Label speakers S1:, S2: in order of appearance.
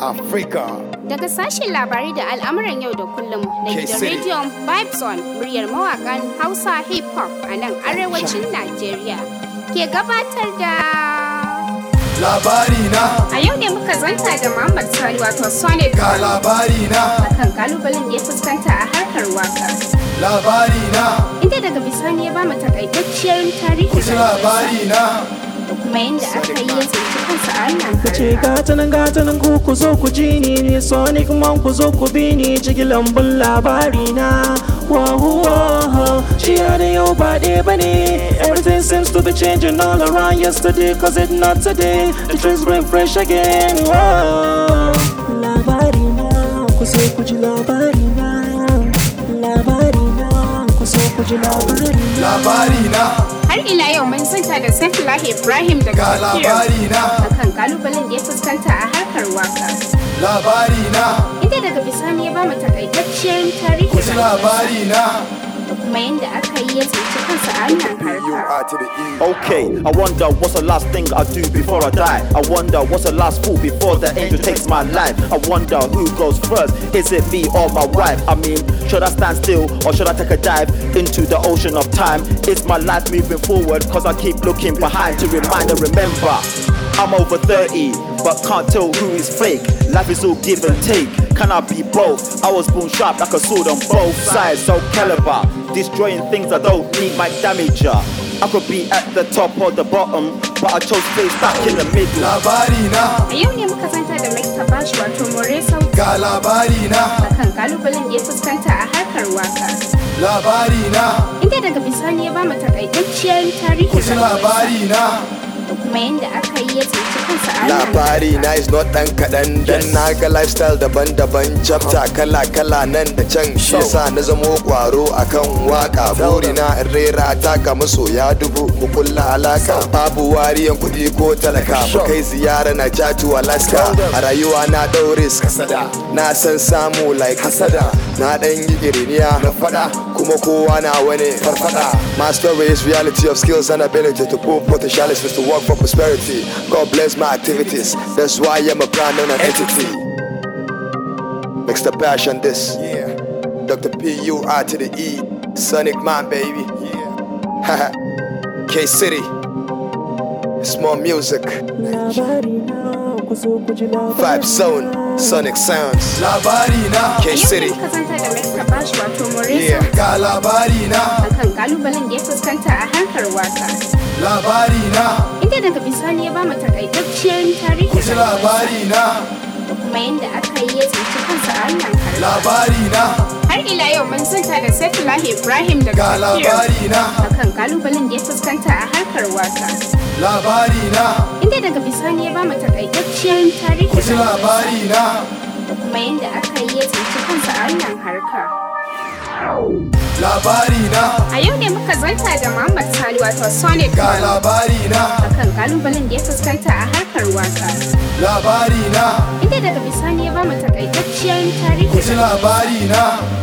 S1: Africa.
S2: Daga sashen labarai da al'amuran yau da kullum da
S1: Ke
S2: gidan
S1: sirri.
S2: rediyon Vibes On muryar mawakan Hausa Hip Hop a nan arewacin Najeriya ke gabatar da
S1: Labari na,
S2: a yau ne muka zanta da Muhammad Sani wato Sonic
S1: ga labari na,
S2: akan kalubalen da ya fuskanta a harkar waka
S1: labari na,
S2: inda daga bisani ya ba mu takaitacciyar tarihi
S1: ku ji labari na.
S2: da kuma yadda aka yi ya tsinci kansa a wannan
S3: kace
S2: harka.
S3: gatanan gatanan ku ku zo ku ji ni ni sonic man ku zo ku bi ni jigilan bin labari na wahuwa shi ya da yau ba ɗaya ba ne everything seems to be changing all around yesterday cause it not today the trees bring fresh again Whoa. labari na ku zo ku ji labari na labari na ku zo ku ji labari na
S1: Labari na,
S2: Har ila yau mun zanta da Saifullah Ibrahim daga
S1: ga
S2: Kira
S1: labari na,
S2: akan kalubalen da ya fuskanta a harkar waka
S1: labari na,
S2: inda daga bisani ya ba mu takaitacciyar tarihi
S1: ku ji labari na.
S2: da kuma yadda aka yi ya tsinci kansa a wannan harka.
S1: to the E.
S4: Okay, I wonder what's the last thing I do before I die. I wonder what's the last fool before the angel takes my life. I wonder who goes first. Is it me or my wife? I mean, should I stand still or should I take a dive into the ocean of time? Is my life moving forward? Cause I keep looking behind to remind and remember. I'm over 30, but can't tell who is fake. Life is all give and take. Can I be both? I was born sharp like a sword on both sides, so caliber. Destroying things I don't need might damage ya. I could be at the top or the bottom, but I chose to stay stuck in the middle.
S1: Labari na,
S2: A yau ne muka zanta da Mike Tabash wato Moreso
S1: ga labari na,
S2: akan kalubalen da ya fuskanta a harkar waka
S1: labari na,
S2: inda daga bisani ya ba mu takaitacciyar
S1: ku
S2: tarihi
S1: ji labari na.
S2: da kuma yadda aka yi ya tsinci kansa a wannan
S5: labari na is not dan kaɗan dan
S4: Yes.
S5: na ga lifestyle daban-daban chapter kala-kala nan da can shi yasa na zamo kwaro akan waka burina in rera ta ga masoya dubu mu kulla alaka babu wariyan kuɗi ko talaka mu kai ziyara na jatu alaska a rayuwa na ɗau risk na san samu like hasada na ɗan yi iriniya na fada kuma kowa na wani farfada my story is reality of skills and ability to prove potentialities to work for prosperity god bless my activities that's why i'm a brand known entity mr bash on this
S1: Yeah,
S5: dr p-u-r to the e sonic man baby
S1: yeah.
S5: k-city it's more music
S3: labari na ku zo ku ji labari
S5: vibe zone sonic sounds
S1: Labari na,
S2: A yau ne
S5: k-city
S2: muka zanta da Mike Tabash wato Moreso
S5: yeah
S1: ga labari na,
S2: akan kalubalen da ya fuskanta a harkar waka
S1: labari na,
S2: inda daga bisani ya ba mu takaitacciyar tarihi
S1: ku ji labari na,
S2: da kuma yadda aka yi ya tsinci kansa a wannan harka.
S1: labari na.
S2: Har ila yau mun zanta da Saifullah Ibrahim
S1: Ga
S2: daga Kira
S1: labari na,
S2: akan kalubalen da ya fuskanta a harkar waka
S1: labari na,
S2: inda daga bisani ya ba mu takaitacciyar tarihi
S1: ku ji labari na,
S2: da kuma yadda aka yi ya tsinci kansa a wannan harka.
S1: labari na,
S2: A yau ne muka zanta da Muhammad Sani wato Sonic
S1: ga
S2: Man
S1: labari na,
S2: akan kalubalen da ya fuskanta a harkar waka
S1: labari na,
S2: inda daga bisani ya ba mu takaitacciyar
S1: ku ji
S2: tarihi
S1: labari na,